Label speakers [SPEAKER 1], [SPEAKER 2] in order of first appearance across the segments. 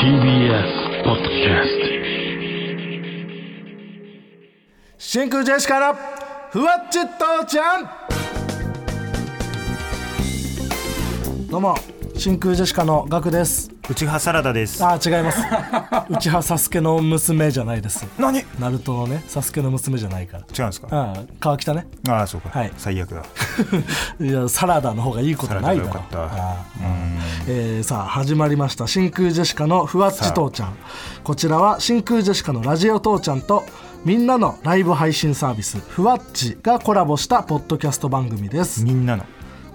[SPEAKER 1] TBS ポッドキャス
[SPEAKER 2] 真空ジェシカのふわっち父ちゃんどうも真空ジェシカのガクです
[SPEAKER 3] 内葉サラダです。
[SPEAKER 2] あー違い ます内葉サスケの娘じゃないです
[SPEAKER 3] 何違
[SPEAKER 2] ナルトのねサスケの娘じゃないから
[SPEAKER 3] うんですか。
[SPEAKER 2] ああ川北 ね
[SPEAKER 3] ああ、そうか。
[SPEAKER 2] はい
[SPEAKER 3] 最悪だ。
[SPEAKER 2] いやサラダの方がいいことないだろ
[SPEAKER 3] サラダが良かった
[SPEAKER 2] ああえーさあ始まりました真空ジェシカのふわっち父ちゃんこちらは真空ジェシカのラジオ父ちゃんとみんなのライブ配信サービスふわっちがコラボしたポッドキャスト番組です
[SPEAKER 3] みんなの。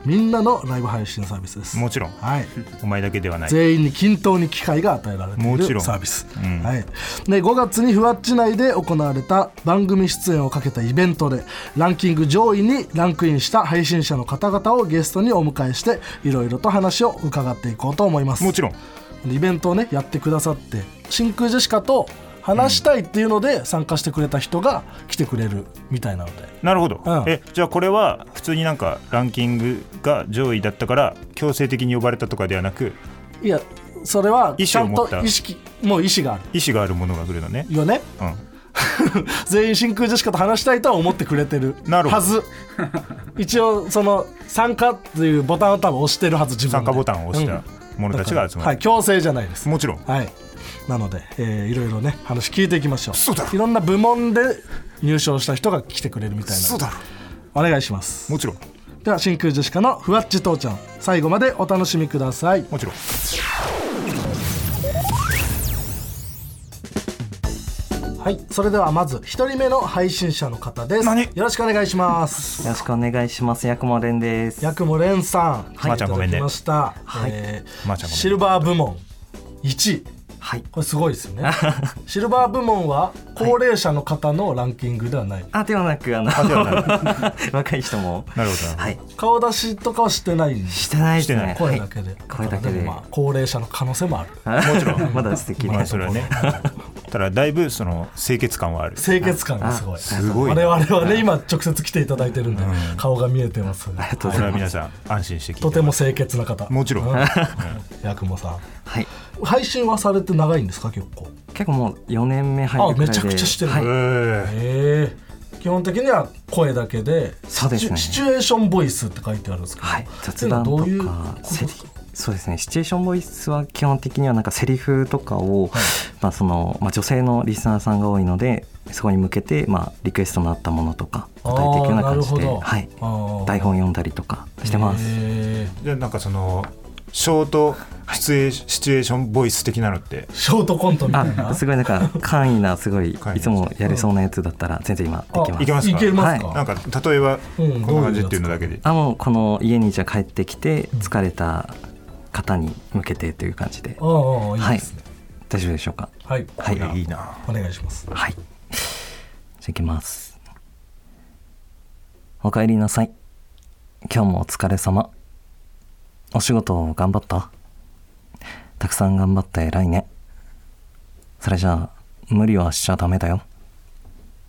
[SPEAKER 2] みんなのライブ配信サービスです
[SPEAKER 3] もちろん。
[SPEAKER 2] はい
[SPEAKER 3] お前だけではない。
[SPEAKER 2] 全員に均等に機会が与えられてい
[SPEAKER 3] もちろ
[SPEAKER 2] る
[SPEAKER 3] ん
[SPEAKER 2] サービス、
[SPEAKER 3] うん
[SPEAKER 2] はい、で5月にふわっち内で行われた番組出演をかけたイベントでランキング上位にランクインした配信者の方々をゲストにお迎えしていろいろと話を伺っていこうと思います
[SPEAKER 3] もちろん。
[SPEAKER 2] イベントをねやってくださって真空ジェシカと話したいっていうので参加してくれた人が来てくれるみたいなので
[SPEAKER 3] なるほど。
[SPEAKER 2] うん
[SPEAKER 3] え、じゃあこれは普通になんかランキングが上位だったから強制的に呼ばれたとかではなく、
[SPEAKER 2] いやそれは
[SPEAKER 3] 意
[SPEAKER 2] ちゃ
[SPEAKER 3] 思を
[SPEAKER 2] ん
[SPEAKER 3] 持
[SPEAKER 2] と
[SPEAKER 3] った
[SPEAKER 2] 意識もう意思があ
[SPEAKER 3] 意思があるものが来るのね。
[SPEAKER 2] るよね
[SPEAKER 3] うん。
[SPEAKER 2] 全員真空ジェシカと話したいとは思ってくれてる
[SPEAKER 3] なるほど
[SPEAKER 2] はず一応その参加っていうボタンを多分押してるはず自分で
[SPEAKER 3] 参加ボタンを押し
[SPEAKER 2] う
[SPEAKER 3] た
[SPEAKER 2] ん
[SPEAKER 3] 者たちが集ま
[SPEAKER 2] はい
[SPEAKER 3] る。
[SPEAKER 2] 強制じゃないです
[SPEAKER 3] もちろん。
[SPEAKER 2] はいなので、えーいろいろね話聞いていきましょう
[SPEAKER 3] そうだろ
[SPEAKER 2] いろんな部門で入賞した人が来てくれるみたいな
[SPEAKER 3] だろ。
[SPEAKER 2] お願いします
[SPEAKER 3] もちろん。
[SPEAKER 2] では真空ジェシカのふわっち父ちゃん最後までお楽しみください
[SPEAKER 3] もちろん。
[SPEAKER 2] はいそれではまず一人目の配信者の方です
[SPEAKER 3] 何
[SPEAKER 2] よろしくお願いします
[SPEAKER 4] よろしくお願いします。薬もれんです。
[SPEAKER 2] ヤクモレンさん、
[SPEAKER 3] はいまーちゃんごめんね
[SPEAKER 2] いただきました。
[SPEAKER 4] はい
[SPEAKER 2] えー
[SPEAKER 3] まーちゃんごめんね
[SPEAKER 2] シルバー部門1位。
[SPEAKER 4] はい。
[SPEAKER 2] これすごいです よね。シルバー部門は高齢者の方のランキングではない。
[SPEAKER 4] あ、ではなく、あの、 若い人も。
[SPEAKER 3] なるほどなるほど
[SPEAKER 4] はい。
[SPEAKER 2] 顔出しとかはしてないんで
[SPEAKER 4] してないです
[SPEAKER 3] してない
[SPEAKER 4] ね。
[SPEAKER 2] 声だけで。
[SPEAKER 4] 声だけで
[SPEAKER 2] もまあ高齢者の可能性もある。
[SPEAKER 4] もちろ ん。まだ素敵
[SPEAKER 3] ま
[SPEAKER 4] な
[SPEAKER 3] あそれ はね。ただだいぶその清潔感はある。
[SPEAKER 2] 清潔感がすごい。
[SPEAKER 3] すごい
[SPEAKER 2] 我
[SPEAKER 3] な。
[SPEAKER 2] 々はね、今直接来ていただいてるんで、顔が見えてます。
[SPEAKER 4] ありがと
[SPEAKER 3] こ
[SPEAKER 4] うご
[SPEAKER 3] れ
[SPEAKER 4] ざ
[SPEAKER 3] はい
[SPEAKER 4] ま
[SPEAKER 3] 皆
[SPEAKER 4] す。
[SPEAKER 3] さん安心して聞いて
[SPEAKER 2] とても清潔な方。
[SPEAKER 3] もちろん
[SPEAKER 2] うヤクモさん。
[SPEAKER 4] はい。
[SPEAKER 2] 配信はされて長いんですか、結構。
[SPEAKER 4] 結構もう4年目入るくらいで。
[SPEAKER 2] あめちゃくちゃしてる
[SPEAKER 4] はい。
[SPEAKER 3] え
[SPEAKER 2] ええ基本的には声だけで
[SPEAKER 4] そうですね
[SPEAKER 2] シチュシチュエーションボイスって書いてあるんですけど、
[SPEAKER 4] はい。雑談と
[SPEAKER 2] っていうのはどういう
[SPEAKER 4] か
[SPEAKER 2] こ、と
[SPEAKER 4] セリそうですね。シチュエーションボイスは基本的にはなんかセリフとかを、まあその、まあ女性のリスナーさんが多いので、そこに向けて、まあリクエストのあったものとか、答えていくような感じで、
[SPEAKER 2] あーなるほど
[SPEAKER 4] はい
[SPEAKER 2] あ。ー
[SPEAKER 4] 台本読んだりとかしてます。
[SPEAKER 2] え
[SPEAKER 3] じゃあなんかそのショートシチュエーシチュエーションボイス的なのって
[SPEAKER 2] ーショートコントみたいな
[SPEAKER 4] あすごいなんか簡易なすごい
[SPEAKER 3] 簡易ない
[SPEAKER 4] つもやれそうなやつだったら全然今でき
[SPEAKER 2] あ
[SPEAKER 4] ま
[SPEAKER 3] いけ
[SPEAKER 4] す。
[SPEAKER 3] ます
[SPEAKER 2] い
[SPEAKER 3] か
[SPEAKER 2] けますか、
[SPEAKER 3] なんか例えばこ
[SPEAKER 2] うん
[SPEAKER 3] んな感じっていうのだけで、
[SPEAKER 4] あもうこの家にじゃあ帰ってきて疲れた方に向けてという感じで、
[SPEAKER 2] ああああいいですね
[SPEAKER 4] 大丈夫でしょうか。
[SPEAKER 2] はい、
[SPEAKER 4] はい
[SPEAKER 3] いやいいな
[SPEAKER 2] お願いします
[SPEAKER 4] はい。じゃあいきます。お帰りなさい。今日もお疲れ様。お仕事頑張ったたくさん頑張って偉いね。それじゃあ、無理はしちゃダメだよ。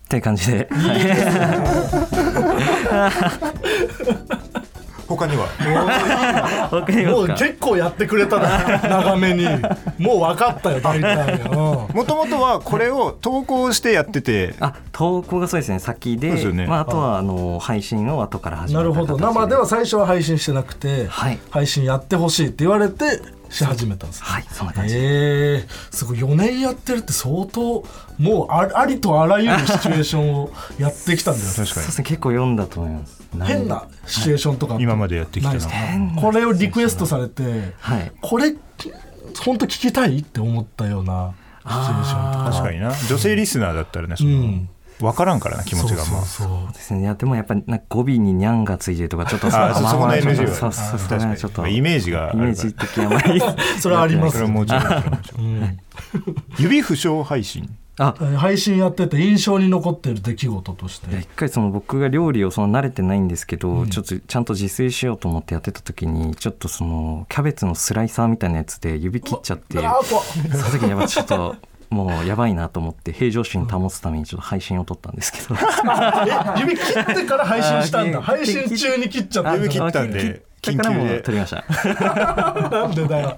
[SPEAKER 4] っていう感じ で。
[SPEAKER 3] 他には
[SPEAKER 4] わかりま
[SPEAKER 2] も
[SPEAKER 4] す
[SPEAKER 2] う
[SPEAKER 4] か
[SPEAKER 2] 結構やってくれたな 長めにもう分かったよ大体、うん
[SPEAKER 3] もともとはこれを投稿してやってて
[SPEAKER 4] あ投稿がそうですね先で
[SPEAKER 3] そうですよね
[SPEAKER 4] まあ、あとはあの配信を後から始め
[SPEAKER 2] な
[SPEAKER 4] た
[SPEAKER 2] るほど生では最初は配信してなくて、
[SPEAKER 4] はい
[SPEAKER 2] 配信やってほしいって言われてし始めたんです
[SPEAKER 4] はいそんな感じ、
[SPEAKER 2] ええすごい4年やってるって相当もうあありとあらゆるシチュエーションをやってきたんだよ
[SPEAKER 3] 確
[SPEAKER 4] そ
[SPEAKER 3] か
[SPEAKER 4] うですね結構読んだと思います
[SPEAKER 2] 変なシチュエーションとか
[SPEAKER 3] に今までやってき
[SPEAKER 2] な
[SPEAKER 3] た
[SPEAKER 2] い
[SPEAKER 3] な
[SPEAKER 2] ですか
[SPEAKER 4] 変な
[SPEAKER 2] これをリクエストされて、
[SPEAKER 4] はい
[SPEAKER 2] これ本当聞きたいって思ったようなシチュエーションとか
[SPEAKER 3] 確かにな女性リスナーだったらねその、
[SPEAKER 2] うん
[SPEAKER 3] 分からんからな気持ちが
[SPEAKER 2] そ
[SPEAKER 3] ま
[SPEAKER 2] う
[SPEAKER 3] あ
[SPEAKER 2] そうそう
[SPEAKER 4] ですねいやでもやっぱりなんか語尾にニャンがついてるとかちょっと
[SPEAKER 3] あそそこの NG は
[SPEAKER 4] そうそうそ
[SPEAKER 3] 確
[SPEAKER 4] う
[SPEAKER 3] か
[SPEAKER 4] そ
[SPEAKER 3] に
[SPEAKER 4] れちょっと
[SPEAKER 3] イメージがある
[SPEAKER 4] イ
[SPEAKER 3] から
[SPEAKER 4] メージ的にあまり
[SPEAKER 2] それはありま
[SPEAKER 3] そ
[SPEAKER 2] す
[SPEAKER 3] れはもちろんそれはもちろん指不詳配信
[SPEAKER 4] あ
[SPEAKER 2] えー配信やってて印象に残ってる出来事として
[SPEAKER 4] いや一回その僕が料理をその慣れてないんですけど、ちょっとちゃんと自炊しようと思ってやってた時にちょっとそのキャベツのスライサーみたいなやつで指切っちゃって
[SPEAKER 2] あ怖っ
[SPEAKER 4] その時にやっぱちょっともうやばいなと思って平常心保つためにちょっと配信を撮ったんですけ ど
[SPEAKER 2] え指切ってから配信したんだ
[SPEAKER 4] あー
[SPEAKER 2] 配信中に切っちゃった
[SPEAKER 3] 指切ったん
[SPEAKER 4] あ
[SPEAKER 3] で緊
[SPEAKER 4] だからも
[SPEAKER 3] 急
[SPEAKER 4] う
[SPEAKER 3] で
[SPEAKER 4] 撮り ました
[SPEAKER 2] なんでだよ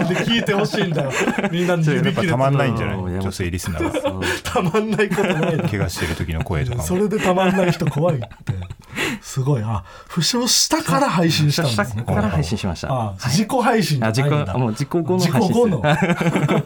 [SPEAKER 2] なんで聞いてほしいんだよみんなに
[SPEAKER 3] それやっぱたまんないんじゃない
[SPEAKER 4] あーやばい
[SPEAKER 3] 女性リスナーが
[SPEAKER 2] たまんないことない
[SPEAKER 3] 怪我してる時の声とかも
[SPEAKER 2] それでたまんない人怖いってすごいあ負傷したから配信したんですね
[SPEAKER 4] ここから配信しました
[SPEAKER 2] あ自己配信じゃ
[SPEAKER 4] あ
[SPEAKER 2] ない
[SPEAKER 4] 自
[SPEAKER 2] んだ
[SPEAKER 4] 己もう自己後の
[SPEAKER 2] 自
[SPEAKER 4] 配
[SPEAKER 2] 己
[SPEAKER 4] 信
[SPEAKER 2] 後の
[SPEAKER 4] です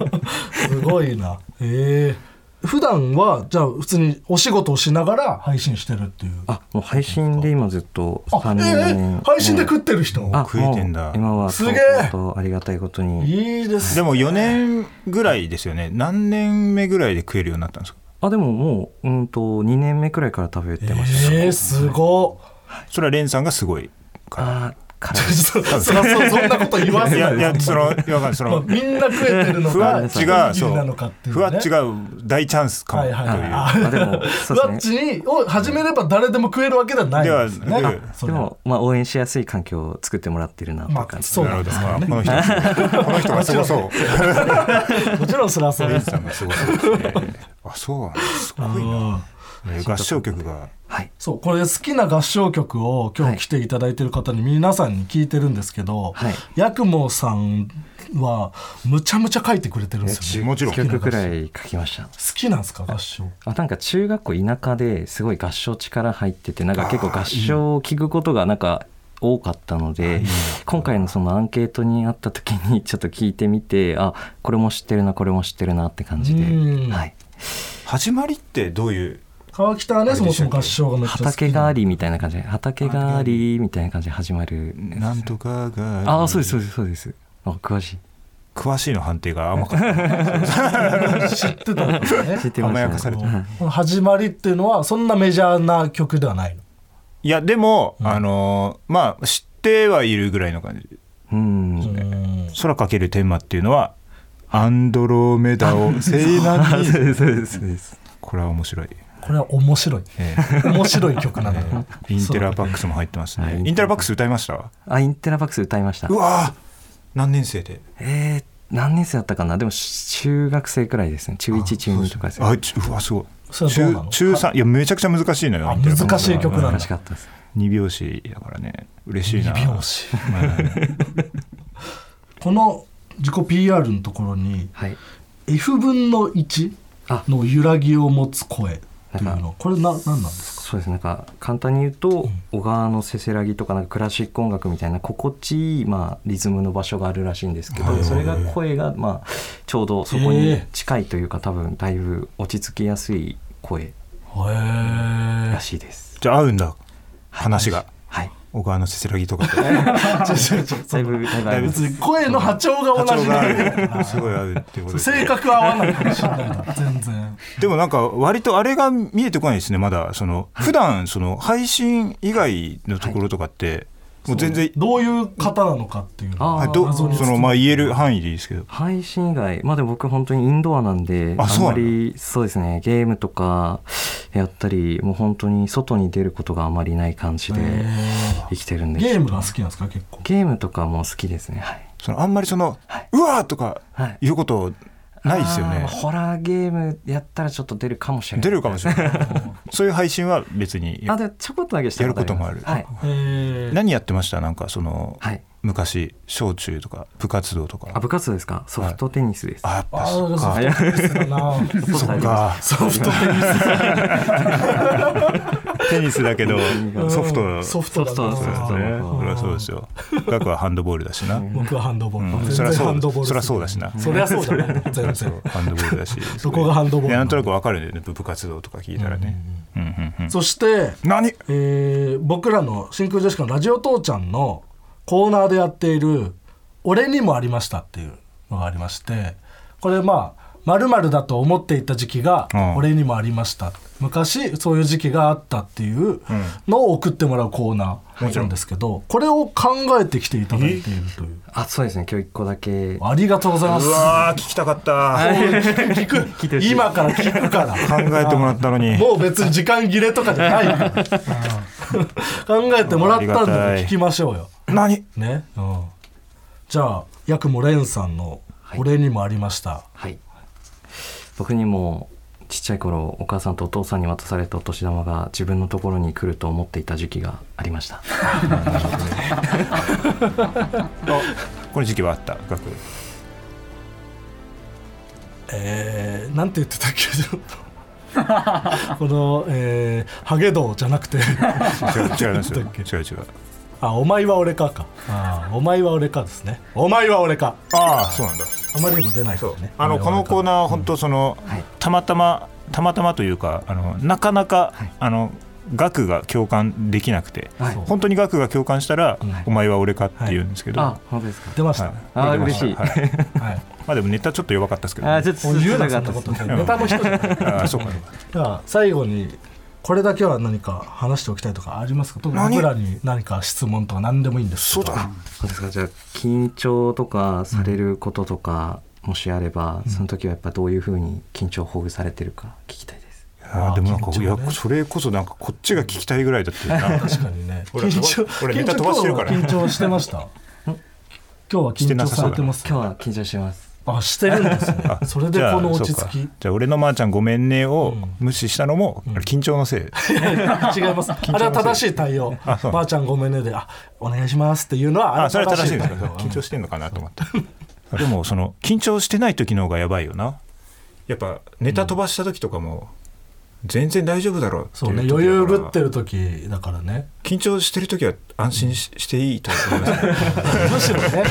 [SPEAKER 2] すごいなええ普段はじゃあ普通にお仕事をしながら配信してるっていうあ
[SPEAKER 4] あもう配信で今ずっと3
[SPEAKER 2] え
[SPEAKER 4] 人
[SPEAKER 2] え配信で食
[SPEAKER 4] っ
[SPEAKER 2] ってる人
[SPEAKER 3] 食えてんだ
[SPEAKER 4] 今は
[SPEAKER 2] すげえ
[SPEAKER 4] とありがたいことに
[SPEAKER 2] いいです
[SPEAKER 3] でも4年ぐらいですよね何年目ぐらいで食えるようになったんですか
[SPEAKER 4] あでももううんと2年目くらいから食べてました
[SPEAKER 2] ええすご っ
[SPEAKER 3] それは蓮さんがすごいか
[SPEAKER 4] あ辛い
[SPEAKER 2] そそそそんなこと言わ
[SPEAKER 3] らい
[SPEAKER 2] せな
[SPEAKER 3] や
[SPEAKER 2] い
[SPEAKER 3] いやそのいやわかんないそ
[SPEAKER 2] まあ
[SPEAKER 3] の
[SPEAKER 2] みんな食えてるの
[SPEAKER 3] ふ
[SPEAKER 2] か
[SPEAKER 3] わっちが
[SPEAKER 2] おにぎ
[SPEAKER 3] そ
[SPEAKER 2] り
[SPEAKER 3] う
[SPEAKER 2] なのかっていう、ね、
[SPEAKER 3] ふわっち
[SPEAKER 2] が
[SPEAKER 3] が大チャンスかも
[SPEAKER 2] はい
[SPEAKER 3] という
[SPEAKER 2] はいはい
[SPEAKER 4] あで も
[SPEAKER 2] ふ
[SPEAKER 4] そう
[SPEAKER 2] わっ
[SPEAKER 4] です
[SPEAKER 2] ち
[SPEAKER 4] ね
[SPEAKER 2] にを始めれば誰でも食えるわけではないんですね
[SPEAKER 3] では
[SPEAKER 2] あそ
[SPEAKER 4] で
[SPEAKER 2] れは
[SPEAKER 4] も、まあ、応援しやすい環境を作ってもらってるなと
[SPEAKER 2] ま
[SPEAKER 4] いう感
[SPEAKER 2] あ
[SPEAKER 4] じ、
[SPEAKER 2] そう
[SPEAKER 3] なる
[SPEAKER 2] なん
[SPEAKER 3] ほど
[SPEAKER 2] です
[SPEAKER 3] ま
[SPEAKER 2] よ
[SPEAKER 3] あ
[SPEAKER 2] ね
[SPEAKER 3] この人この人がすごそう
[SPEAKER 2] もちろんそれはそうで
[SPEAKER 3] 蓮
[SPEAKER 2] す
[SPEAKER 3] さんがすごそうですねあそうなんだすごいなえ合唱曲が
[SPEAKER 4] はい
[SPEAKER 2] そうこれ好きな合唱曲を今
[SPEAKER 4] はい
[SPEAKER 2] 日来ていただいてる方に皆さんに聞いてるんですけど、
[SPEAKER 4] はい
[SPEAKER 2] やくもさんはむちゃむちゃ書いてくれてるんですよね
[SPEAKER 3] もちろん
[SPEAKER 4] 曲くらい書きました
[SPEAKER 2] 好きなんですか合唱
[SPEAKER 4] あなんか中学校田舎ですごい合唱力入っててなんか結構合唱を聞くことがなんか多かったので、今回のそのアンケートにあった時に ちょっと聞いてみてあこれも知ってるなこれも知ってるなって感じで、
[SPEAKER 2] うん
[SPEAKER 4] はい、
[SPEAKER 3] 始まりってどういう
[SPEAKER 2] 川北はねそもそも合唱がめっちゃ好き
[SPEAKER 4] 畑がありみたいな感じで畑がありみたいな感じで始まる
[SPEAKER 3] なんとかが
[SPEAKER 4] ああそうですそうですそうですあ詳しい
[SPEAKER 3] 詳しいの判定が甘かった
[SPEAKER 2] 知ってたんですよね
[SPEAKER 4] 知ってま
[SPEAKER 3] 甘やか
[SPEAKER 4] し
[SPEAKER 3] さ
[SPEAKER 4] た
[SPEAKER 3] れた
[SPEAKER 4] ね
[SPEAKER 2] この始まりっていうのはそんなメジャーな曲ではないの
[SPEAKER 3] いやでも、あのーまあ知ってはいるぐらいの感じ
[SPEAKER 4] うん
[SPEAKER 3] 「空かけるテーマ」っていうのは「アンドロメダを西
[SPEAKER 4] あ
[SPEAKER 3] 南
[SPEAKER 4] そう
[SPEAKER 3] に
[SPEAKER 4] ですそうですそうです」
[SPEAKER 3] これは面白い、
[SPEAKER 2] これは面白い
[SPEAKER 3] え
[SPEAKER 2] 面白い曲なのよ
[SPEAKER 3] えインテラバックスも入ってます
[SPEAKER 4] は
[SPEAKER 3] ね
[SPEAKER 4] い
[SPEAKER 3] インテラバックス歌いました
[SPEAKER 4] あインテラバックス歌いました
[SPEAKER 3] うわー何年生で
[SPEAKER 4] えー、何年生だったかなでも中学生くらいですね中1中2とかですね
[SPEAKER 3] あちうわすごい
[SPEAKER 2] それどうな
[SPEAKER 3] 中
[SPEAKER 2] の
[SPEAKER 3] 中3いやめちゃくちゃ難しいのよ
[SPEAKER 2] あ
[SPEAKER 3] インテラバックス
[SPEAKER 2] 難しい曲なん
[SPEAKER 4] 難
[SPEAKER 2] だ
[SPEAKER 4] しかったです
[SPEAKER 3] 二拍子だからね嬉しいな
[SPEAKER 2] 美容師
[SPEAKER 3] まあ
[SPEAKER 2] この自己 PR のところに
[SPEAKER 4] はい、
[SPEAKER 2] F 分の1
[SPEAKER 4] あ
[SPEAKER 2] の揺らぎを持つ声っていうのこれな何なんですか
[SPEAKER 4] そうですなんか簡単に言うと小川のせせらぎとかなんかクラシック音楽みたいな心地いい、まあ、リズムの場所があるらしいんですけどそれが声が、まあ、ちょうどそこ
[SPEAKER 2] へ
[SPEAKER 4] に
[SPEAKER 2] え
[SPEAKER 4] 近いというか多分だいぶ落ち着きやすい声
[SPEAKER 2] へ
[SPEAKER 4] らしいです。
[SPEAKER 3] じゃあ合うんだ話が
[SPEAKER 4] はい、
[SPEAKER 3] 小川のせせらぎとかと
[SPEAKER 4] だいぶだいぶ合います
[SPEAKER 2] 声の波長が 同
[SPEAKER 3] 波
[SPEAKER 2] じ
[SPEAKER 3] 長
[SPEAKER 2] だ
[SPEAKER 3] が
[SPEAKER 2] よ
[SPEAKER 3] 合うすごい合うっていうことです
[SPEAKER 2] 性格は合わないかもしれないな全然
[SPEAKER 3] でもなんか割とあれが見えてこないですねまだその普段その配信以外のところとかってもう全然
[SPEAKER 2] どういう方なのかっていうの
[SPEAKER 4] あ
[SPEAKER 3] は
[SPEAKER 4] ー
[SPEAKER 3] いど
[SPEAKER 2] 謎に包まれ
[SPEAKER 3] その
[SPEAKER 2] て
[SPEAKER 3] まあ言える範囲でいいですけど
[SPEAKER 4] 配信以外まあでも僕本当にインドアなんで
[SPEAKER 3] あ
[SPEAKER 4] あ
[SPEAKER 3] そ
[SPEAKER 4] ん
[SPEAKER 3] うな
[SPEAKER 4] ま
[SPEAKER 3] んだ
[SPEAKER 4] りそうですねゲームとかやったりもう本当に外に出ることがあまりない感じで生きてるんで
[SPEAKER 2] ゲームが好きなんですか結構
[SPEAKER 4] ゲームとかも好きですねはい、
[SPEAKER 3] そのあんまりその「うわ!」とか
[SPEAKER 4] はい、
[SPEAKER 3] 言うことないですよ
[SPEAKER 4] あーま
[SPEAKER 3] ね
[SPEAKER 4] あホラーゲームやったらちょっと出るかもしれない
[SPEAKER 3] 出るかもしれないそういう配信は別に
[SPEAKER 4] あでちょこっとだけしたりま
[SPEAKER 3] やるこ
[SPEAKER 4] す
[SPEAKER 3] ともあ
[SPEAKER 4] は
[SPEAKER 3] る
[SPEAKER 4] い、
[SPEAKER 2] え
[SPEAKER 3] 何やってましたなんかその
[SPEAKER 4] はい、
[SPEAKER 3] 昔小中とか部活動と
[SPEAKER 4] あ
[SPEAKER 3] か
[SPEAKER 4] 部活動ですかソフトテニスです、
[SPEAKER 3] あやっぱ
[SPEAKER 2] あ
[SPEAKER 3] そっか
[SPEAKER 2] あソフトテニスだな
[SPEAKER 4] そ
[SPEAKER 3] そっか
[SPEAKER 2] ソフトテニ
[SPEAKER 3] テニスだけど
[SPEAKER 2] ス
[SPEAKER 3] ソフト
[SPEAKER 2] うんソフトだ
[SPEAKER 4] ソフト
[SPEAKER 3] そうで
[SPEAKER 4] だ
[SPEAKER 2] な
[SPEAKER 3] すねそりゃそうですよ学はハンドボールだしな
[SPEAKER 2] 僕はハンドボール
[SPEAKER 3] うん
[SPEAKER 2] 全
[SPEAKER 3] そりゃ
[SPEAKER 2] 然
[SPEAKER 3] そ
[SPEAKER 2] ハンドボー
[SPEAKER 3] う
[SPEAKER 2] ル
[SPEAKER 3] そりゃそうだしな
[SPEAKER 2] そりゃそうだな全
[SPEAKER 3] そう
[SPEAKER 2] 然
[SPEAKER 3] ハンドボールだし
[SPEAKER 2] そこがハンドボール
[SPEAKER 3] いやなんとなくわかるんだよね部部活動とか聞いたらねうんうんうん
[SPEAKER 2] そして
[SPEAKER 3] 何
[SPEAKER 2] えー僕らの真空ジェシカのラジオ父ちゃんのコーナーでやっている「俺にもありました」っていうのがありましてこれまあ〇〇だと思っていた時期が
[SPEAKER 3] うん
[SPEAKER 2] 俺にもありました、昔そういう時期があったっていうのを送ってもらうコーナーなんですけど、これを考えてきていただいているという
[SPEAKER 4] あそうですね今日一個だけ
[SPEAKER 2] ありがとうございま
[SPEAKER 3] う
[SPEAKER 2] す
[SPEAKER 3] わー聞きたかった
[SPEAKER 2] 聞く聞く今から聞くから
[SPEAKER 3] 考えてもらったのに
[SPEAKER 2] もう別に時間切れとかじゃないから考えてもらったんだから聞きましょうよ
[SPEAKER 3] 何
[SPEAKER 2] ね、うん、じゃあやくもれんさんの「俺にもありました
[SPEAKER 4] はい僕にもちっちゃい頃お母さんとお父さんに渡されたお年玉が自分のところに来ると思っていた時期がありました
[SPEAKER 3] この時期はあった額
[SPEAKER 2] えー、なんて言ってた っけちょっとこの、えー、ハゲ道じゃなくて
[SPEAKER 3] 違う違いますよ
[SPEAKER 2] なんだっけ
[SPEAKER 3] 違う違う
[SPEAKER 2] あお前は俺かかあーお前は俺かですねお前は俺か
[SPEAKER 3] ああそうなんだ
[SPEAKER 2] あまりにも出ないからね
[SPEAKER 3] あのこのコーナーは本当その、たまたまたまたまというかあのなかなか、あの額が共感できなくて、
[SPEAKER 4] はい
[SPEAKER 3] 本当に額が共感したら、
[SPEAKER 4] はい
[SPEAKER 3] お前は俺かって言うんですけど、
[SPEAKER 4] あ本当ですか
[SPEAKER 2] 出ました、
[SPEAKER 3] はい
[SPEAKER 4] あー
[SPEAKER 3] 出また
[SPEAKER 4] 嬉しい
[SPEAKER 3] は
[SPEAKER 2] はい
[SPEAKER 3] まあでもネタちょっと弱かったですけど、
[SPEAKER 4] あーちょっと
[SPEAKER 2] もう言うなそん
[SPEAKER 4] っ
[SPEAKER 2] なこと
[SPEAKER 4] た
[SPEAKER 2] ネタも一緒じゃない
[SPEAKER 3] あーそうか
[SPEAKER 2] では最後にこれだけは何か話しておきたいとかありますか特に僕らに何か質問とか何でもいいんですけど
[SPEAKER 4] そうですかじゃあ緊張とかされることとか、もしあればその時はやっぱどういうふうに緊張をほぐされてるか聞きたいです
[SPEAKER 3] あーでもなんか、
[SPEAKER 2] 緊張
[SPEAKER 3] い
[SPEAKER 2] ね
[SPEAKER 3] やそれこそなんかこっちが聞きたいぐらいだってな
[SPEAKER 2] 確かにね
[SPEAKER 3] 俺
[SPEAKER 2] 緊張
[SPEAKER 3] 俺ネタ
[SPEAKER 2] 緊張
[SPEAKER 3] 飛ばしてるから
[SPEAKER 2] 今日は緊張してました 今日は緊張されてます
[SPEAKER 4] 今日は緊張してます
[SPEAKER 2] あしてるんですね
[SPEAKER 3] あ
[SPEAKER 2] それで
[SPEAKER 3] じゃあ
[SPEAKER 2] この落ち
[SPEAKER 3] そ
[SPEAKER 2] 着
[SPEAKER 3] うか
[SPEAKER 2] き
[SPEAKER 3] じゃあ俺のまーちゃんごめんねを無視したのも、あれ緊張のせい
[SPEAKER 2] 違います。 あれは正しい対応。ばあちゃんごめんねで、あ、お願いしますっていうのは、あ
[SPEAKER 3] あそれ
[SPEAKER 2] れ
[SPEAKER 3] は
[SPEAKER 2] は
[SPEAKER 3] 正
[SPEAKER 2] 正
[SPEAKER 3] し
[SPEAKER 2] し
[SPEAKER 3] い
[SPEAKER 2] い
[SPEAKER 3] です
[SPEAKER 2] 対
[SPEAKER 3] よ
[SPEAKER 2] 応。
[SPEAKER 3] 緊張してんのかなと思ってでもその緊張してない時の方がやばいよなやっぱネタ飛ばした時とかも全然大丈夫だろうってい
[SPEAKER 2] そうね、
[SPEAKER 3] 時だから
[SPEAKER 2] 余裕ぶってる時だからね。
[SPEAKER 3] 緊張してる時は安心ししていいと思い ますね
[SPEAKER 2] むしろね、うん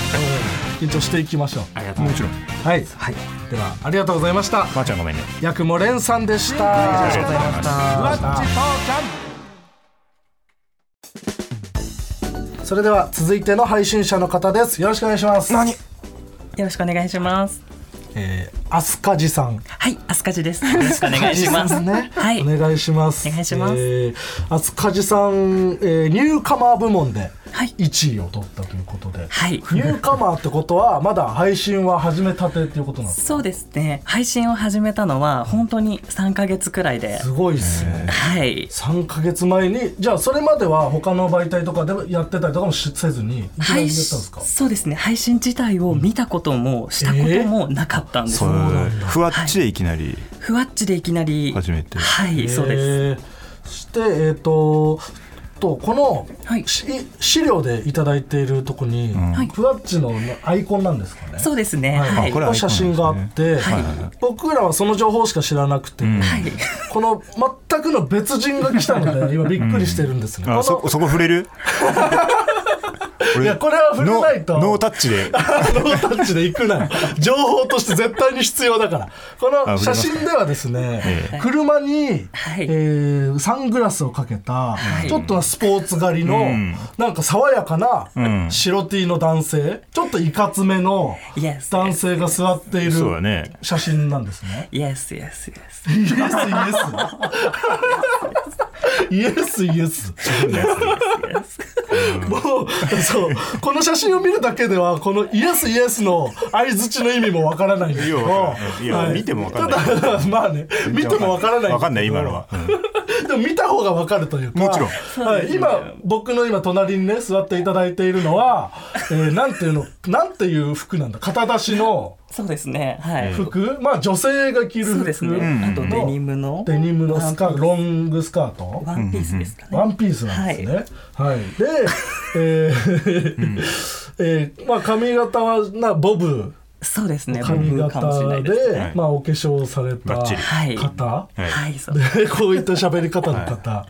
[SPEAKER 2] 緊張していきましょう。
[SPEAKER 4] ありがとうございます
[SPEAKER 2] はい。
[SPEAKER 4] はい
[SPEAKER 2] では、ありがとうございました。
[SPEAKER 3] まーちゃんごめんね
[SPEAKER 2] やくもれんさんでした。ありがとうございました。それでは続いての配信者の方です。よろしくお願いします。何？
[SPEAKER 5] よろしくお願いします。
[SPEAKER 2] えー、アスカジさん。
[SPEAKER 5] はい、アスカジです。よろしくお願いします。
[SPEAKER 2] ね、
[SPEAKER 5] はい
[SPEAKER 2] お願いします。
[SPEAKER 5] お願いします
[SPEAKER 2] えー、あつかじさん、えー、ニューカマー部門で
[SPEAKER 5] はい
[SPEAKER 2] 1位を取ったということで、
[SPEAKER 5] はい。
[SPEAKER 2] ニューカマーってことはまだ配信は始めたてっていうことなん です。
[SPEAKER 5] そうですね。配信を始めたのは本当に3ヶ月くらいで、
[SPEAKER 2] すごいですね。
[SPEAKER 5] はい。
[SPEAKER 2] 3ヶ月前にじゃあそれまでは他の媒体とかでもやってたりとかもしせずにいきなりやったん
[SPEAKER 5] 配
[SPEAKER 2] ですか、
[SPEAKER 5] そうですね。配信自体を見たこともしたこともなかったんです。
[SPEAKER 3] ふわっちでいきなり、
[SPEAKER 5] ふわっちでいきなり
[SPEAKER 3] 初めて
[SPEAKER 5] はい、そうで
[SPEAKER 2] す
[SPEAKER 5] す。
[SPEAKER 2] そしてえっ、ととこの、
[SPEAKER 5] はい
[SPEAKER 2] し資料でいただいているとこに、
[SPEAKER 5] はい
[SPEAKER 2] ふわっちのアイコンなんですかね
[SPEAKER 5] そうですね。は。
[SPEAKER 2] はい
[SPEAKER 3] これ
[SPEAKER 2] の写真があって、僕らはその情報しか知らなくて、
[SPEAKER 5] はい。
[SPEAKER 2] この全くの別人が来たので今びっくりしてるんですね。
[SPEAKER 3] あ
[SPEAKER 2] こ
[SPEAKER 3] そそこ触れる
[SPEAKER 2] の
[SPEAKER 3] 俺
[SPEAKER 2] いやこれは触れないと
[SPEAKER 3] ノーノータ
[SPEAKER 2] ッ
[SPEAKER 3] ッチで
[SPEAKER 2] チノータッチで行くなよ情報として絶対に必要だからこの
[SPEAKER 3] あ触れ
[SPEAKER 2] 写
[SPEAKER 3] ます
[SPEAKER 2] 真ではですね、
[SPEAKER 3] え
[SPEAKER 2] 車に、
[SPEAKER 5] はい
[SPEAKER 2] えーサングラスをかけた、
[SPEAKER 5] い
[SPEAKER 2] ちょっとスポーツ狩りの、
[SPEAKER 3] うん
[SPEAKER 2] なんか爽やかな、
[SPEAKER 3] ん
[SPEAKER 2] 白 T の男性ちょっといかつめの
[SPEAKER 5] Yes
[SPEAKER 2] 男性が座っている
[SPEAKER 3] そうだね
[SPEAKER 2] 写真なんですね。
[SPEAKER 5] Yes, yes, yes.
[SPEAKER 2] イエスイエス。イエスイエス。もうそうこの写真を見るだけではこのイエスイエスの相槌の意味もわからないんですけど
[SPEAKER 3] いやわからないいや
[SPEAKER 2] は
[SPEAKER 3] 見てもわかんない
[SPEAKER 2] ただまあね見てもわからない
[SPEAKER 3] わかんない今のは、うん
[SPEAKER 2] でも見た方がわかるというか
[SPEAKER 3] もちろん
[SPEAKER 2] はい、今僕の今隣にね座っていただいているのは、えーなんていうのなんていう服なんだ肩出しの
[SPEAKER 5] そうですね。はい。
[SPEAKER 2] 服まあ女性が着る服
[SPEAKER 5] そうですね。あとデニムの
[SPEAKER 2] デニムのスカートロングスカート
[SPEAKER 5] ワンピースですかね。
[SPEAKER 2] ワンピースなんですね。はい。で、えー えーまあ髪型はなボブ
[SPEAKER 5] そうですね。
[SPEAKER 2] 髪
[SPEAKER 5] 僕かもしれな
[SPEAKER 2] 型
[SPEAKER 5] い
[SPEAKER 2] で
[SPEAKER 5] ですね。
[SPEAKER 3] はい
[SPEAKER 2] まあお化粧された
[SPEAKER 3] バッチリ
[SPEAKER 5] はい
[SPEAKER 2] 方、
[SPEAKER 3] はい
[SPEAKER 5] はい、そうです。
[SPEAKER 2] でこういった喋り方の方、
[SPEAKER 5] は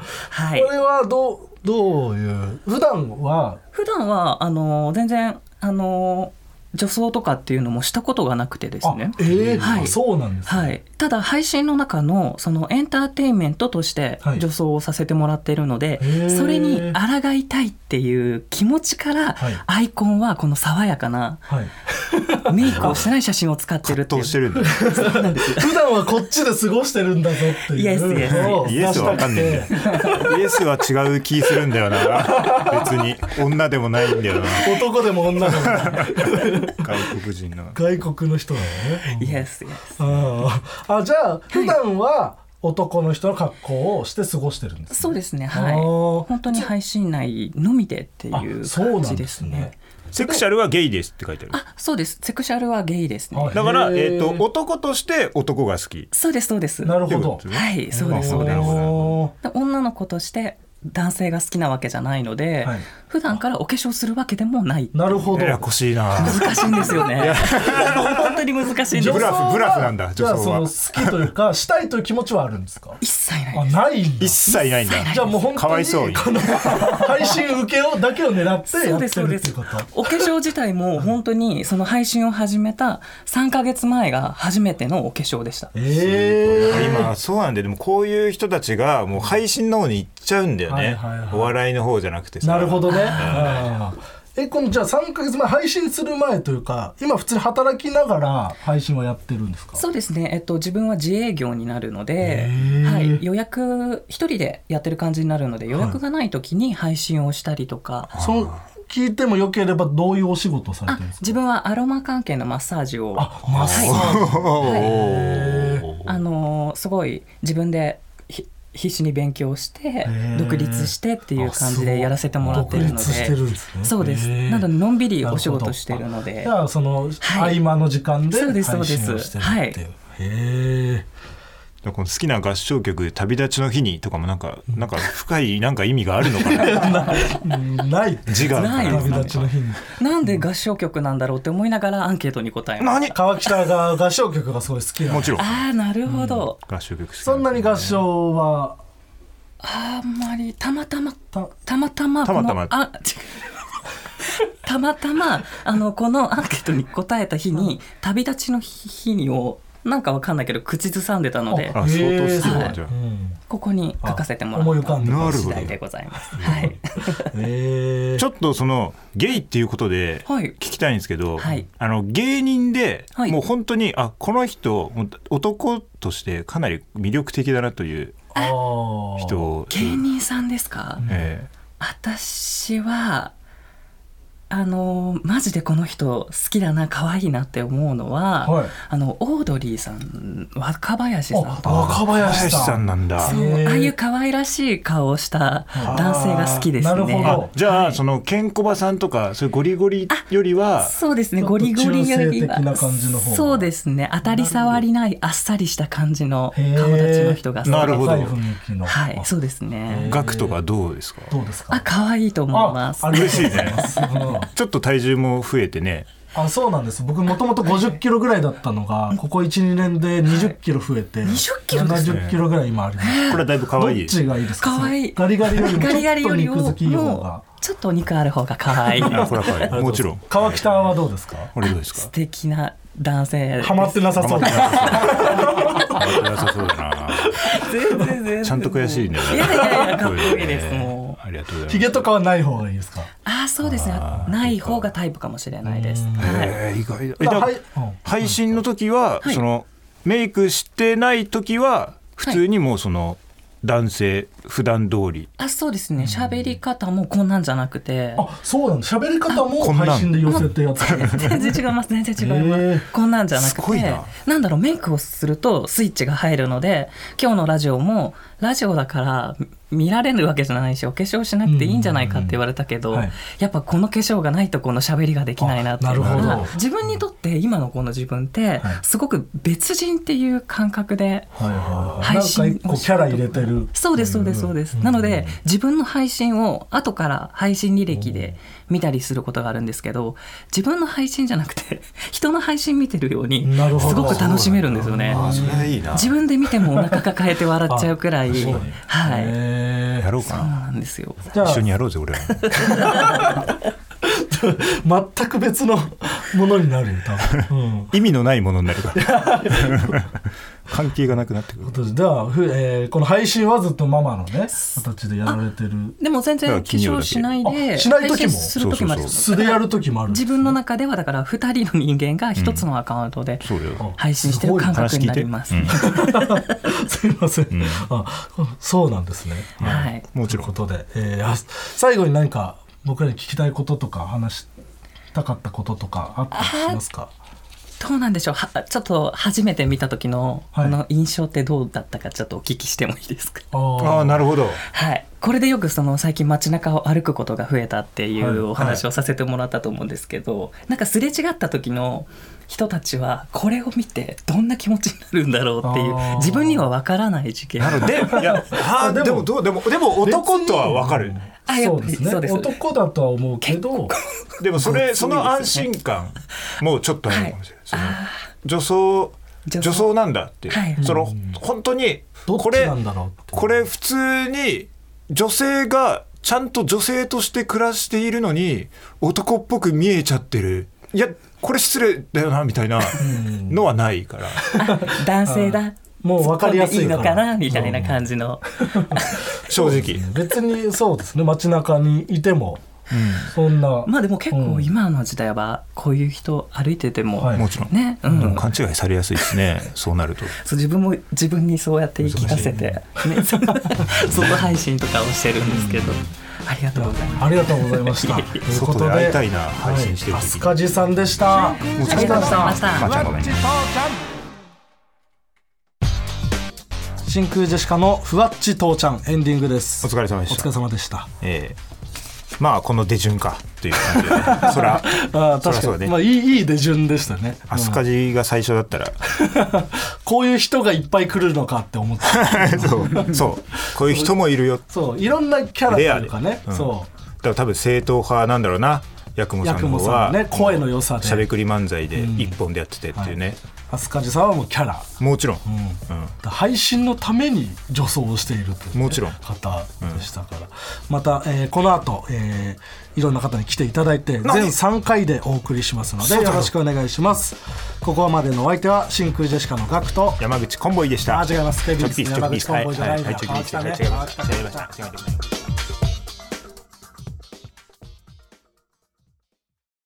[SPEAKER 2] これ
[SPEAKER 5] い。
[SPEAKER 2] はどうどういう普段は
[SPEAKER 5] 普段は、あの、全然、あの、女装とかっていうのもしたことがなくてです
[SPEAKER 2] あ
[SPEAKER 5] ね。
[SPEAKER 2] えー
[SPEAKER 5] はい
[SPEAKER 2] そうなんですね。
[SPEAKER 5] はい、ただ配信の中のそのエンターテインメントとして
[SPEAKER 2] はい
[SPEAKER 5] 女装をさせてもらっているので、
[SPEAKER 2] へー
[SPEAKER 5] それに抗いたいっていう気持ちから、
[SPEAKER 2] はい
[SPEAKER 5] アイコンはこの爽やかな
[SPEAKER 2] はい。
[SPEAKER 5] メイクをしてない写真を使ってるって
[SPEAKER 3] ど
[SPEAKER 5] いうう
[SPEAKER 3] してるんだ
[SPEAKER 2] 普段はこっちで過ごしてるんだぞって
[SPEAKER 5] イ
[SPEAKER 2] い
[SPEAKER 5] エ
[SPEAKER 2] う
[SPEAKER 5] スイエス
[SPEAKER 2] のを
[SPEAKER 3] イエスはわかんね
[SPEAKER 2] 出
[SPEAKER 3] えん
[SPEAKER 2] したくて
[SPEAKER 3] だよ。イエスは違う気するんだよな。別に女でもないんだよな。
[SPEAKER 2] 男でも女でもない
[SPEAKER 3] 外国人の。
[SPEAKER 2] 外国の人だよね。
[SPEAKER 5] イエスイエス
[SPEAKER 2] あーあじゃあ普段は男の人の格好をして過ごしてるんですね、
[SPEAKER 5] そうですね
[SPEAKER 2] あ
[SPEAKER 5] はい
[SPEAKER 2] ー
[SPEAKER 5] 本当に配信内のみでってい
[SPEAKER 2] あ
[SPEAKER 5] う
[SPEAKER 2] そう
[SPEAKER 5] 感
[SPEAKER 2] なん
[SPEAKER 5] じ
[SPEAKER 2] で
[SPEAKER 5] ですす
[SPEAKER 2] ね
[SPEAKER 5] ね
[SPEAKER 3] セクシャルはゲイですって書いてある
[SPEAKER 5] あそうですセクシャルはゲイですね
[SPEAKER 2] はい
[SPEAKER 3] だから、
[SPEAKER 2] へー
[SPEAKER 3] えっと男として男が好き
[SPEAKER 5] そうですそうです
[SPEAKER 2] なる
[SPEAKER 3] って
[SPEAKER 2] ほ
[SPEAKER 3] こ
[SPEAKER 2] ど
[SPEAKER 3] とですね
[SPEAKER 5] はいそうですそうで
[SPEAKER 3] なるほど
[SPEAKER 5] す
[SPEAKER 3] なる
[SPEAKER 2] お
[SPEAKER 5] 女の子として男性が好きなわけじゃないので、
[SPEAKER 2] はい
[SPEAKER 5] 普段からお化粧するわけで もない
[SPEAKER 2] ーなるほど
[SPEAKER 3] ややこしいな
[SPEAKER 5] 難しいんですよね本当に難しいんで
[SPEAKER 3] ブ
[SPEAKER 5] す
[SPEAKER 3] ラフブラフなんだ
[SPEAKER 2] じゃあ
[SPEAKER 3] 女装
[SPEAKER 2] その
[SPEAKER 3] は
[SPEAKER 2] 好きという かしたいという気持ちはあるんですか
[SPEAKER 5] 一切ない
[SPEAKER 2] あないんだ
[SPEAKER 3] 一切ないんだ
[SPEAKER 2] じゃあもう本当に
[SPEAKER 3] かわいそうに
[SPEAKER 2] この 配信受けをだけを狙って
[SPEAKER 5] そ
[SPEAKER 2] や
[SPEAKER 5] う
[SPEAKER 2] っ
[SPEAKER 5] です
[SPEAKER 2] て
[SPEAKER 5] そう
[SPEAKER 2] る
[SPEAKER 5] で
[SPEAKER 2] ってい
[SPEAKER 5] す
[SPEAKER 2] うこと
[SPEAKER 5] お化粧自体も本当にその配信を始めた3ヶ月前が初めてのお化粧でした
[SPEAKER 2] ええ
[SPEAKER 3] 今そうなんででもこういう人たちがもう配信の方に行っちゃうんだよね、
[SPEAKER 2] はいはいはい
[SPEAKER 3] お笑いの方じゃなくてさ
[SPEAKER 2] なるほどねあーえこのじゃあ3か月前配信する前というか今普通に働きながら配信はやってるんですか
[SPEAKER 5] そうですね、えっと、自分は自営業になるので、はい、予約一人でやってる感じになるので予約がない時に配信をしたりとか、
[SPEAKER 2] その聞いてもよければどういうお仕事をされてるん
[SPEAKER 5] あ
[SPEAKER 2] ですか
[SPEAKER 5] 自分はアロマ関係のマッサージを
[SPEAKER 2] あマッサージ
[SPEAKER 5] あのーすごい自分でひ必死に勉強して
[SPEAKER 2] ー
[SPEAKER 5] 独立してっていう感じでやらせてもらってるので
[SPEAKER 2] 独立してるんですね
[SPEAKER 5] そうです
[SPEAKER 2] へー
[SPEAKER 5] なのでのんびりお仕事してるので
[SPEAKER 2] じゃあその合
[SPEAKER 5] はい
[SPEAKER 2] 間の時間で
[SPEAKER 5] そう
[SPEAKER 2] 配
[SPEAKER 5] です
[SPEAKER 2] 信
[SPEAKER 5] そう
[SPEAKER 2] を
[SPEAKER 5] で
[SPEAKER 2] し
[SPEAKER 5] す
[SPEAKER 2] てるっていう、へえ
[SPEAKER 3] この好きな合唱曲「旅立ちの日に」とかもなんか なんか深いなんか意味があるのかな
[SPEAKER 2] ない
[SPEAKER 3] 字が
[SPEAKER 5] ない
[SPEAKER 2] 旅立ちの日に
[SPEAKER 5] なんで合唱曲なんだろうって思いながらアンケートに答えます
[SPEAKER 3] 何
[SPEAKER 2] 川北が合唱曲がすごい好きな
[SPEAKER 3] もちろん
[SPEAKER 5] ああなるほど、
[SPEAKER 3] 合唱曲好き
[SPEAKER 2] そんなに合唱は
[SPEAKER 5] あんまりたまたま
[SPEAKER 2] た
[SPEAKER 5] たまたま
[SPEAKER 3] たまた
[SPEAKER 5] こ
[SPEAKER 3] ま
[SPEAKER 5] のあ違う たまたまあのこのアンケートに答えた日に「旅立ちの日に」をなんかわかんないけど口ずさんでたので
[SPEAKER 3] あ相当好きなんだ
[SPEAKER 2] へー
[SPEAKER 3] じゃあ
[SPEAKER 2] うん
[SPEAKER 5] ここに書かせても
[SPEAKER 2] 思い
[SPEAKER 5] らっ
[SPEAKER 2] 浮かん
[SPEAKER 5] た
[SPEAKER 2] でます
[SPEAKER 5] 次第でございます。はい、
[SPEAKER 2] へえ
[SPEAKER 3] ちょっとそのゲイっていうことで
[SPEAKER 5] はい
[SPEAKER 3] 聞きたいんですけど、
[SPEAKER 5] はい
[SPEAKER 3] あの芸人で
[SPEAKER 5] はい
[SPEAKER 3] もう本当に、あこの人もう男としてかなり魅力的だなという
[SPEAKER 2] あー
[SPEAKER 3] 人を、
[SPEAKER 5] 芸人さんですか、
[SPEAKER 3] え
[SPEAKER 5] 私はあのマジでこの人好きだな可愛いなって思うのは、
[SPEAKER 2] はい
[SPEAKER 5] あのオードリーさん若林さん
[SPEAKER 2] あ
[SPEAKER 5] とか
[SPEAKER 2] 若
[SPEAKER 3] ー、
[SPEAKER 2] 林
[SPEAKER 3] 林
[SPEAKER 2] さ
[SPEAKER 3] さ
[SPEAKER 2] ん
[SPEAKER 3] んなんだ
[SPEAKER 5] そう
[SPEAKER 2] へー
[SPEAKER 5] ああいう可愛らしい顔をした男性が好きです
[SPEAKER 2] あーなるほど
[SPEAKER 5] ね。
[SPEAKER 3] あじゃあ、そのケンコバさんとかそういうゴリゴリよりは
[SPEAKER 5] そうです
[SPEAKER 2] ち
[SPEAKER 5] ね、
[SPEAKER 2] ょっと
[SPEAKER 5] ゴリゴリより
[SPEAKER 2] 中性的な
[SPEAKER 5] は
[SPEAKER 2] 感じの方が
[SPEAKER 5] そうですね、当たり障りないあっさりした感じの顔立ちの人が好きです。
[SPEAKER 3] なるほど
[SPEAKER 2] 若い雰囲気の
[SPEAKER 5] はい、
[SPEAKER 2] あ
[SPEAKER 5] そうですね。
[SPEAKER 3] 額とかどうですか
[SPEAKER 2] どうですか
[SPEAKER 5] あ、可愛いと思います。
[SPEAKER 2] ありがとうご
[SPEAKER 3] 嬉しい
[SPEAKER 2] ざ
[SPEAKER 3] ね
[SPEAKER 2] ます うん
[SPEAKER 3] ちょっと体重も増えてね
[SPEAKER 2] あそうなんです僕もともと5 0キロぐらいだったのがここ12年で2 0キロ増えて
[SPEAKER 5] 20キロですね
[SPEAKER 2] 70キロぐらい今あります
[SPEAKER 3] これはだいぶ可
[SPEAKER 2] どっ
[SPEAKER 3] 愛い
[SPEAKER 2] ちがいいですか
[SPEAKER 5] 可愛い
[SPEAKER 2] ガリガリよりもちょ
[SPEAKER 5] ガリガリ
[SPEAKER 2] っ
[SPEAKER 5] よ
[SPEAKER 2] と
[SPEAKER 5] りを
[SPEAKER 2] 肉
[SPEAKER 5] も
[SPEAKER 2] 付き方
[SPEAKER 5] う
[SPEAKER 2] が
[SPEAKER 5] ちょっとお肉ある方が可愛い。
[SPEAKER 3] あこれは可愛いもちろん
[SPEAKER 2] 川北はどうですか
[SPEAKER 3] これどうです
[SPEAKER 5] 素
[SPEAKER 3] か
[SPEAKER 5] 敵な男性です。
[SPEAKER 2] ハマってなさそう
[SPEAKER 3] ハ
[SPEAKER 2] だ
[SPEAKER 3] あこれなさそうだな
[SPEAKER 5] 全然全 然
[SPEAKER 3] ちゃんと悔しいね
[SPEAKER 5] いやいやいや、かっこいいで
[SPEAKER 3] こ
[SPEAKER 5] す
[SPEAKER 3] ううのね
[SPEAKER 5] もう。
[SPEAKER 3] ありがとうございます
[SPEAKER 2] ヒゲとかはない方がいいですか
[SPEAKER 5] あ、そうですね。ない方がタイプかもしれないです。
[SPEAKER 3] えー意外だえ
[SPEAKER 2] だから
[SPEAKER 3] だ
[SPEAKER 2] はいうん
[SPEAKER 3] 配信の時は、
[SPEAKER 5] はい
[SPEAKER 3] そのメイクしてない時は普通にもうその男性普段通り
[SPEAKER 5] あそうですね喋り方もこんなんじゃなくて
[SPEAKER 2] あそうなんだ喋り方も
[SPEAKER 3] こんなん
[SPEAKER 2] 配信で寄せてやってる
[SPEAKER 5] 全然違います全然違います、
[SPEAKER 2] へえ
[SPEAKER 5] こんなんじゃなく
[SPEAKER 3] すごい
[SPEAKER 5] て
[SPEAKER 3] な
[SPEAKER 5] なんだろうメイクをするとスイッチが入るので今日のラジオもラジオだから見られるわけじゃないしお化粧しなくていいんじゃないかって言われたけ
[SPEAKER 2] う
[SPEAKER 5] ど、
[SPEAKER 2] んうんうんはい
[SPEAKER 5] やっぱこの化粧がないとこの喋りができないなっていうの
[SPEAKER 2] あなる
[SPEAKER 5] が
[SPEAKER 2] ほど
[SPEAKER 5] 自分にとって今のこの自分ってすごく別人っていう感覚で
[SPEAKER 2] はいはいはいなんか
[SPEAKER 5] 配信
[SPEAKER 2] 一個キャラ入れてる
[SPEAKER 5] そうですそうですそうです、なので自分の配信を後から配信履歴で見たりすることがあるんですけど自分の配信じゃなくて 人の配信見てるように
[SPEAKER 2] なるほど
[SPEAKER 5] すごく楽しめるんですよね
[SPEAKER 3] あそれがいいな
[SPEAKER 5] 自分で見てもお腹抱えて笑っちゃうくらいはいそう
[SPEAKER 2] へ
[SPEAKER 3] やろうかな
[SPEAKER 5] なんですよ
[SPEAKER 2] ーじゃ
[SPEAKER 3] 一緒
[SPEAKER 2] あ
[SPEAKER 3] にやろうぜ俺は
[SPEAKER 2] 全く別のものになるよ多 分、
[SPEAKER 3] 意味のないものになるから関係がなくなってくる
[SPEAKER 2] うん私、では、ふえーこの配信はずっとママのね形でやられてる
[SPEAKER 5] でも全然
[SPEAKER 3] だ
[SPEAKER 5] 化
[SPEAKER 3] から金曜
[SPEAKER 5] 粧
[SPEAKER 3] だけ
[SPEAKER 5] しないで
[SPEAKER 2] あしない時も
[SPEAKER 5] 配信する時もあります
[SPEAKER 2] 素でやる時もあるんです
[SPEAKER 5] 自分の中ではだから2人の人間が1つのアカウントで
[SPEAKER 3] そうだよ
[SPEAKER 5] 配信してる感覚
[SPEAKER 3] 話
[SPEAKER 5] に
[SPEAKER 3] 聞い
[SPEAKER 5] な
[SPEAKER 3] て
[SPEAKER 5] ります、
[SPEAKER 3] うん
[SPEAKER 2] すいません、あそうなんですね
[SPEAKER 5] はい
[SPEAKER 3] もちろん
[SPEAKER 2] ということで、えーあ最後に何か僕らに聞きたいこととか話したかったこととかあったりしますか
[SPEAKER 5] どうなんでしょうはちょっと初めて見た時のこ
[SPEAKER 2] はい
[SPEAKER 5] の印象ってどうだったかちょっとお聞きしてもいいですか、
[SPEAKER 3] ああ
[SPEAKER 2] あ
[SPEAKER 3] なるほど
[SPEAKER 5] はい、これでよくその最近街中を歩くことが増えたってい
[SPEAKER 3] はいう
[SPEAKER 5] お話をさせてもらったと思うんですけど、なんかすれ違った時の人たちはこれを見てどんな気持ちになるんだろうってい
[SPEAKER 2] あー
[SPEAKER 5] う自分にはわからない事件
[SPEAKER 3] なので いやあーでもどうでもでも男とは分かる
[SPEAKER 5] あやっぱりそうです
[SPEAKER 2] 男だとは思うけど
[SPEAKER 3] でもそれそ
[SPEAKER 5] そ
[SPEAKER 3] う
[SPEAKER 5] ですね
[SPEAKER 3] の安心感もちょっとあるのかもしれない、その女装
[SPEAKER 5] 女装
[SPEAKER 3] 女装なんだっていう、
[SPEAKER 5] はい
[SPEAKER 3] その本当に
[SPEAKER 2] どっ
[SPEAKER 3] こ
[SPEAKER 2] ち
[SPEAKER 3] れ
[SPEAKER 2] なんだろうって
[SPEAKER 3] これ普通に女性がちゃんと女性として暮らしているのに男っぽく見えちゃってるいやこれ失礼だよなみたいなのはないから
[SPEAKER 5] 男性だ
[SPEAKER 2] もう分かりやすい
[SPEAKER 5] いい
[SPEAKER 2] から
[SPEAKER 5] のかなみたいな感じの、
[SPEAKER 3] 正直、
[SPEAKER 2] 別にそうですね街中にいてもそんな
[SPEAKER 5] まあでも結構
[SPEAKER 2] うん
[SPEAKER 5] 今の時代はこういう人歩いてても、
[SPEAKER 2] はい
[SPEAKER 3] もちろん、
[SPEAKER 5] ね、
[SPEAKER 3] で
[SPEAKER 5] うん
[SPEAKER 3] も勘違いされやすいですねそうなると
[SPEAKER 5] そう自分も自分にそうやって言い聞かせて、ね、 その外配信とかをしてるんですけど、ありがとうございます。
[SPEAKER 2] ありがとうございましたということで
[SPEAKER 3] 外で会いたいな配信してる時
[SPEAKER 2] 飛鳥寺さんでした
[SPEAKER 5] ありがとうございました。
[SPEAKER 3] まあちゃんごめんね
[SPEAKER 2] 真空ジェシカのふわっち父ちゃんエンディングです
[SPEAKER 3] お疲れ様でし
[SPEAKER 2] お
[SPEAKER 3] た
[SPEAKER 2] 疲れ様でした
[SPEAKER 3] ええまあこの出順かという感じで、ね、そら
[SPEAKER 2] あー
[SPEAKER 3] そり
[SPEAKER 2] 確
[SPEAKER 3] ゃ
[SPEAKER 2] か
[SPEAKER 3] そう
[SPEAKER 2] に、
[SPEAKER 3] だね
[SPEAKER 2] まあいいいい出順でしたね
[SPEAKER 3] 飛鳥寺が最初だったら
[SPEAKER 2] こういう人がいっぱい来るのかって 思って
[SPEAKER 3] そうそうこういう人もいるよ
[SPEAKER 2] そういろんなキャラって
[SPEAKER 3] レア
[SPEAKER 2] い
[SPEAKER 3] で
[SPEAKER 2] うかね、
[SPEAKER 3] うん
[SPEAKER 2] そ
[SPEAKER 3] だから多分正統派なんだろうな八雲
[SPEAKER 2] う
[SPEAKER 3] さ
[SPEAKER 2] 八
[SPEAKER 3] んの
[SPEAKER 2] 雲
[SPEAKER 3] 方
[SPEAKER 2] さ
[SPEAKER 3] は
[SPEAKER 2] んね声の良さ
[SPEAKER 3] しゃべ
[SPEAKER 2] で
[SPEAKER 3] くり漫才で一本でやっててっていうね、
[SPEAKER 2] 飛鳥寺さんはもうキャラ
[SPEAKER 3] もちろん、
[SPEAKER 2] 配信のために女装をしているという
[SPEAKER 3] もちろん
[SPEAKER 2] 方でしたから、また、えーこの後、えーいろんな方に来ていただいて全3回でお送りしますので
[SPEAKER 3] そうだ
[SPEAKER 2] よ
[SPEAKER 3] ろう
[SPEAKER 2] ろしくお願いしますここまでのお相手は真空ジェシカのガクと
[SPEAKER 3] 山口コンボイでした
[SPEAKER 2] あ違います
[SPEAKER 3] ちょっとピース
[SPEAKER 2] 山口コンボイじゃないんだ
[SPEAKER 3] はいはいはいちょっとピース
[SPEAKER 2] 川北ね
[SPEAKER 3] はい違いました違いました違いました